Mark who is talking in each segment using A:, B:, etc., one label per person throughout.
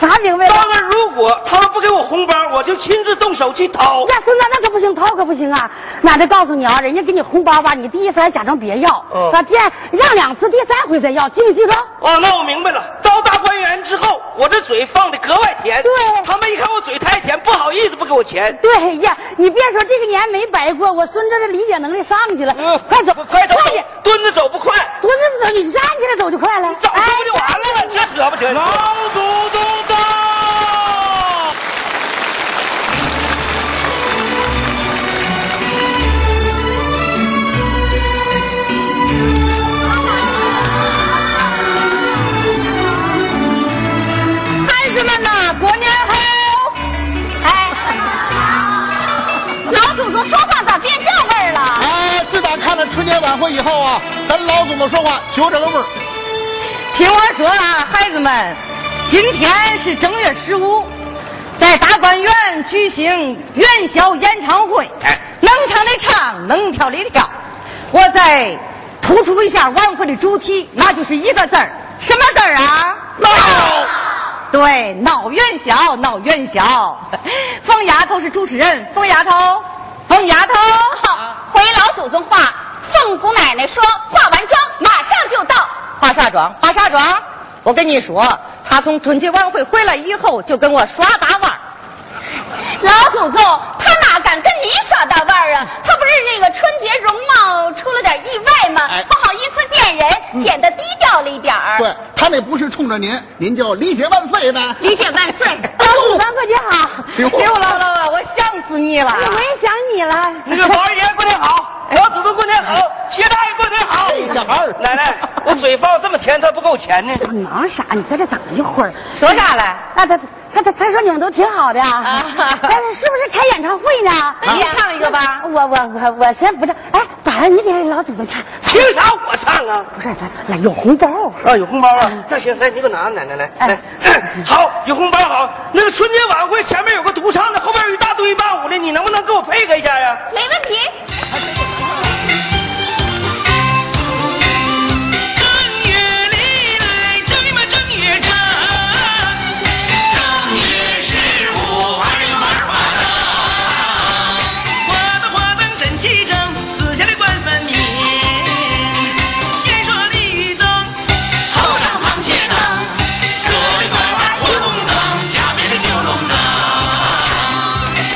A: 咋明白了？
B: 当然，如果他们不给我红包，我就亲自动手去掏。
A: 呀，孙子，那可不行，掏可不行啊！奶奶告诉你啊，人家给你红包吧，你第一回来假装别要，
B: 嗯
A: 啊，第二让两次，第三回再要，记没记住？
B: 哦，那我明白了。当大观园之后，我这嘴放的格外甜。
A: 对
B: 他们一看我嘴太甜，不好意思不给我钱。
A: 对呀，你别说这个年没白过，我孙子这理解能力上去了。
B: 嗯，
A: 快走，
B: 快走，
A: 点，
B: 蹲着走不快，
A: 蹲着不走，你站起来走就快了。哎
B: 早这不就完了吗？这扯不扯？
C: 老祖宗到！
D: 孩子们呐，过年好！哎，老祖宗说话咋变这味儿了？
C: 哎，自打看了春节晚会以后啊，咱老祖宗说话就这个味儿。
E: 听我说啦，孩子们，今天是正月十五，在大观园举行元宵演唱会，
B: 哎
E: 能唱的唱，能跳的跳。我再突出一下晚会的主题，那就是一个字儿，什么字儿啊？
B: 闹
E: 对，闹元宵，闹元宵。疯丫头是主持人，疯丫头，疯丫头。
D: 回老祖宗话，凤姑奶奶说，化完妆马上就到。
E: 化啥妆？化啥妆？我跟你说，他从春节晚会回来以后，就跟我耍大腕儿。
D: 老祖宗他哪敢跟你耍大腕儿啊？他不是这个春节容貌出了点意外吗？
C: 哎
D: 不好意思见人，显得低调了一点
B: 哎
D: 儿。
C: 对，他那不是冲着您，您就理解万岁呗。
D: 理解万岁。
A: 老祖宗过年好，
C: 哎呦
E: 刘姥姥啊，我想死你了！
A: 哎我也想你了。
B: 那个老二爷过年好，老祖宗过年好，薛大爷过年好。
C: 哎小孩儿
B: 奶奶，我嘴放这么甜，他不给我钱呢。
A: 你忙啥？你在这等一会儿。
E: 说啥了？
A: 那他他他他说你们都挺好的啊
E: 啊，
A: 但是是不是开演唱会呢？啊
E: 你唱一个吧。
A: 我我我我先不唱，哎，咋了？你给老祖宗唱，
B: 凭啥我唱啊？
A: 不是，来有红 包。
B: 啊，有红包啊！那行，来你给我拿，奶奶来来
A: 哎。
B: 好，有红包好。那个春节晚会前面有个独唱的，后边有一大堆伴舞的，你能不能给我配合一下呀？
D: 没问题。
F: 正月里来，正月嘛正月唱，正月十五玩儿又玩儿花灯，花灯花灯真齐整，四下的官分明。先说的雨增，后上螃蟹灯，左边拐弯火龙灯，下边是九龙灯。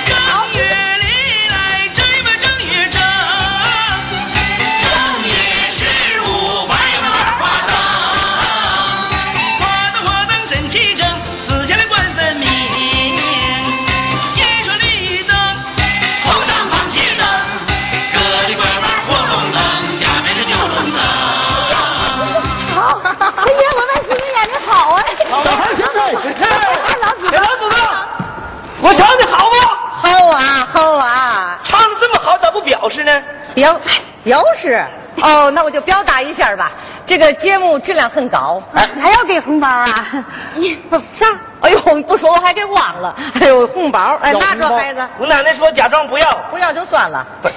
F: 正月里来，正月嘛正月正，正月十五玩呀玩花灯，花灯花灯真齐整，四下的官分明。先说绿灯，后上螃蟹灯，哥的拐弯火龙灯，下面是九龙灯。
A: 好，哎呀，我外孙子眼睛好啊！
C: 小孩儿行
A: 哎老
B: 哎
A: 祖宗，
B: 老祖宗，我唱的好吗？
E: 好啊，好啊，
B: 唱的这么好，咋不表示呢？
E: 表哎表示哦，那我就表达一下吧。这个节目质量很高。哎
A: 还要给红包啊？
E: 你不上？哎呦，你不说我还给忘了。哎呦，红包，哎，
C: 有红
E: 拿
C: 包
E: 着孩子，
B: 我奶奶说假装不要，
E: 不要就算了。
A: 不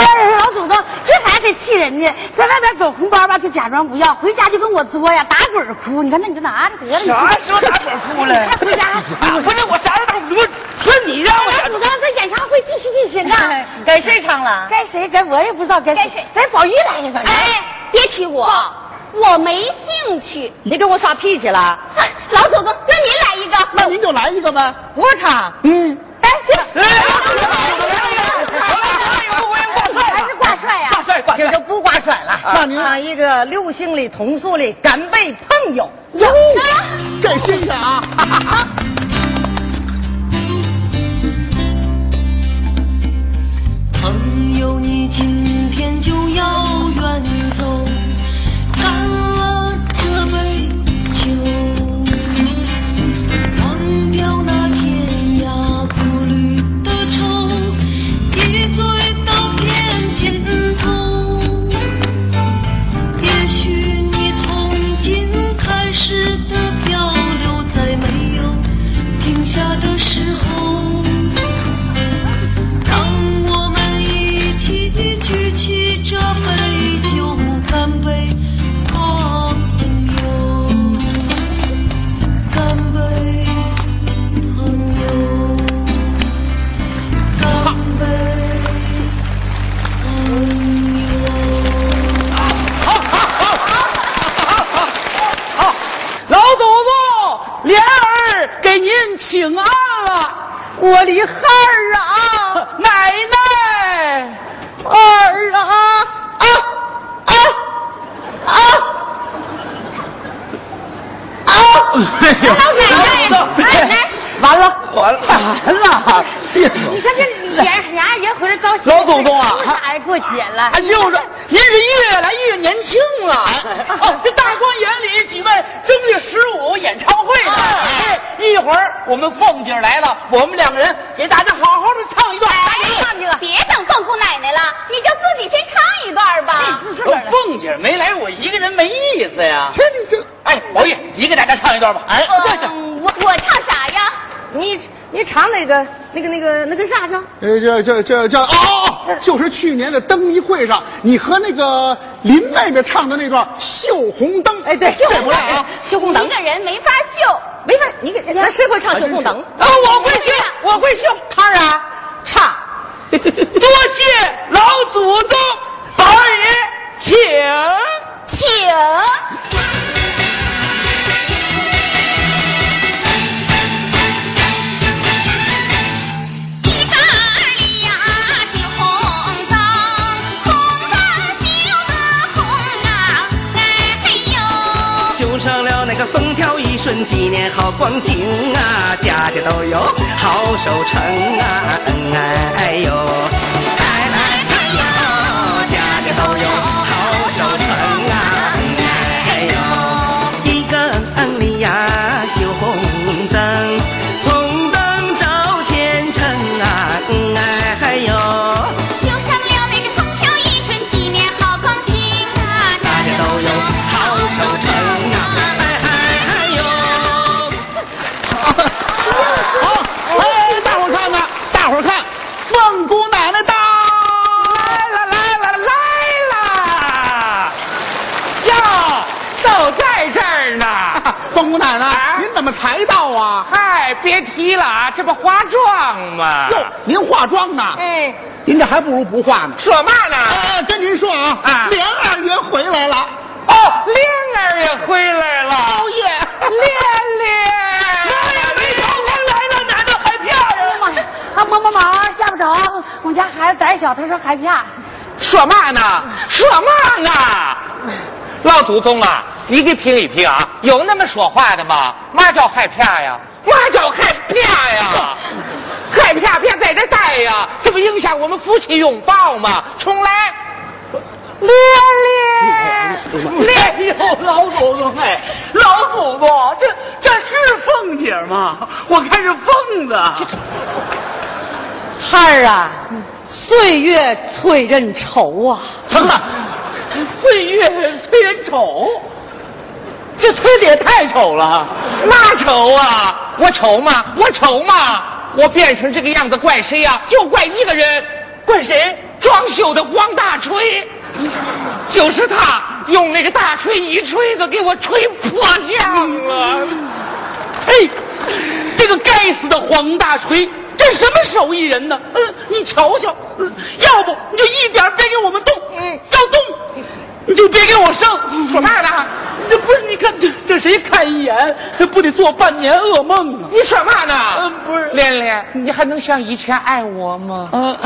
A: 是老祖宗，这还得气人呢，在外边走红包吧，就假装不要，回家就跟我作呀，打滚儿哭。你看，那你就拿着得了。
B: 啥时候打滚哭了？
A: 还回家
B: 啊不是我啥时候打滚？我是你让我
A: 老
B: 假
A: 祖
B: 装
A: 宗，这演唱会继续进行 啊！
E: 给谁唱了？
A: 该谁该我也不知道该
D: 该谁
A: 来宝玉来了吧？
D: 哎，别提我，我没兴趣。
E: 你跟我耍脾气了？
D: 哼老祖宗，那您来一个。
C: 那您就来一个呗。
E: 我唱。
C: 嗯，
D: 哎，
B: 哎老祖宗
D: 来一个来一个来一个
A: 还是挂帅呀、
B: 挂帅挂
E: 今
B: 帅
E: 儿就。不挂帅了，
C: 那您
E: 唱一个流行的、通俗的《干杯朋友》。
C: 哟，这新鲜啊！
G: 朋友，你今天就要远走，干了这杯酒，忘掉那天涯苦旅的愁，一醉到天尽头。也许你从今开始的漂流，在没有停下的时候。当我们一起举起这杯酒，
E: 请安了，我的孩儿啊，
B: 奶奶，
E: 儿啊啊啊啊啊！
C: 哎呦，
A: 奶奶，奶奶，
B: 哎
E: 完了，
B: 完
E: 完了，啊
C: 别
A: 哎你看这脸，俩爷哎回来高兴。
B: 老祖宗啊
A: 裤衩也过节了。
B: 哎，就是，您是越来越年轻了。
A: 哎
B: 哦，这大观园里举办正月十五演唱会呢。哎，一会儿我们凤姐来了，我们两个人给大家好好的唱一段。
D: 哎
A: 唱一个
D: 别等凤姑奶奶了，你就自己先唱一段吧。
B: 哦凤姐没来，我一个人没意思呀。
C: 这你这，
B: 哎，宝玉，你给大家唱一段吧。
C: 哎，
D: 嗯，我我唱啥呀？
E: 你你尝那个那个那个那个啥叫？
C: 呃，这这这这哦，就是去年的灯谜会上，你和那个林妹妹唱的那段《绣红灯》。
E: 哎，对，
C: 这不赖啊。
E: 绣红灯
D: 一，个人没法秀。
E: 没法，你给那谁会唱绣红灯？
B: 啊，我会秀，我会秀。
E: 他啊，唱。
B: 多谢老祖宗，宝二爷，请。
C: 啊
D: 请。一个二里呀，绣红灯，红灯绣得红啊，哎呦。
B: 绣上了那个风调雨顺、几年好光景啊，家家都有好手成啊，恩哎呦，哎哎哎呦，家家都有好手成啊，恩哎呦，一个恩里呀，绣红灯，红灯照前程啊，恩哎呦。
D: 绣上了那个风调雨顺、几年好光景啊，
B: 大家都有好手成啊！哎嗨嗨哟！
C: 好，来，大伙儿看看，大伙儿看，凤姑奶奶到。
B: 来啦来啦来啦！哟，都在这儿 呢。
C: 凤姑奶奶
B: 啊，
C: 您怎么才到啊？
B: 嗨，别提了啊，这不化妆吗
C: 哟，您化妆呢？
B: 啊哎，
C: 您这还不如不化呢。
B: 说嘛呢？
C: 哎，跟您说啊，
B: 啊
C: 梁二爷回来了。
B: 哦，玲儿也回来了。
C: 哦耶！
B: 哎莲没瞧出来了，哪都还漂
A: 哎呀妈呀！啊，摸摸毛，吓不着。啊我家孩子胆小，他说害怕。
B: 说嘛呢？说嘛呢？老祖宗啊，你给评一评啊，有那么说话的吗？嘛叫害怕呀？嘛叫害怕呀？害怕别在这待呀，这不影响我们夫妻拥抱吗？重来。练练练！哎呦，老祖宗哎，老祖宗，这这是凤姐吗？我看是疯子。
E: 孩儿啊，岁月催人愁啊！
C: 疼了。
B: 岁月催人丑，这催的也太丑了。那丑啊！我丑吗？我丑吗？我变成这个样子怪谁呀、就怪一个人，怪谁？装修的黄大锤，就是他用那个大锤一锤子给我锤破相了。嘿，这个该死的黄大锤，这什么手艺人呢？嗯，你瞧瞧，嗯要不你就一点儿别给我们动，嗯，嗯要动你就别给我生，说嘛呢？这不是你看这这谁看一眼，不得做半年噩梦啊？你说嘛呢？嗯，不是，恋恋，你还能像以前爱我吗？呃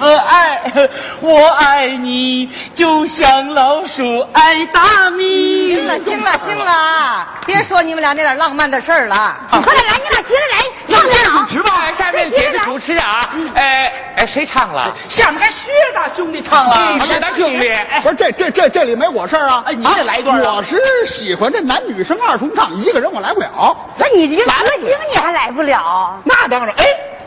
B: 呃，爱我爱你，就像老鼠爱大米。
E: 行了，行了，行了啊，别说你们俩那点浪漫的事儿了。
A: 你快点来，你俩接着来，唱
B: 下
A: 两
B: 主
A: 首。
B: 持吧，下面接着主持啊。哎哎，谁唱了？下面该薛大兄弟唱了。薛大兄弟，哎
C: 不是这这这这里没我事儿啊！
B: 哎你也来一段啊
C: 我是喜欢这男女生二重唱，一个人我来不了。
A: 不
C: 哎
A: 是你这个歌星，你还来不了？
C: 那当然，哎，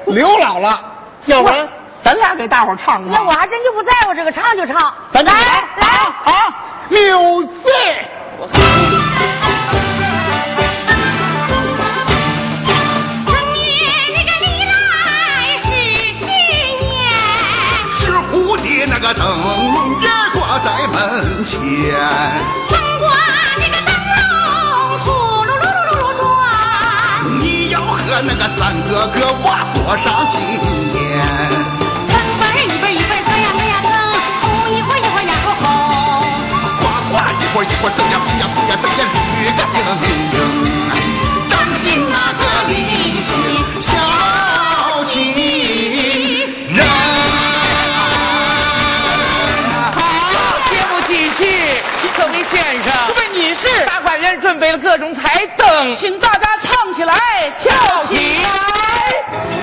C: 刘老了，要不然咱俩给大伙儿唱
A: 那我
B: 啊
C: 唱。
A: 还真就不在乎这个，唱就唱。
C: 咱就
A: 来来，
C: 啊啊，music。
D: 当年那个你来是新年，
H: 是蝴蝶那个灯叶挂在门前，
D: 穿过那个灯笼，呼噜噜噜噜噜转。
H: 你要和那个三哥哥我过上新年，
D: 三瓣一瓣一瓣，三呀三呀三，红一会一会呀红红。
H: 呱呱一会儿一会儿瞪着
A: 啊
E: 生，
B: 不是你是，
E: 大款人准备了各种台灯，
B: 请大家唱起来，跳起来。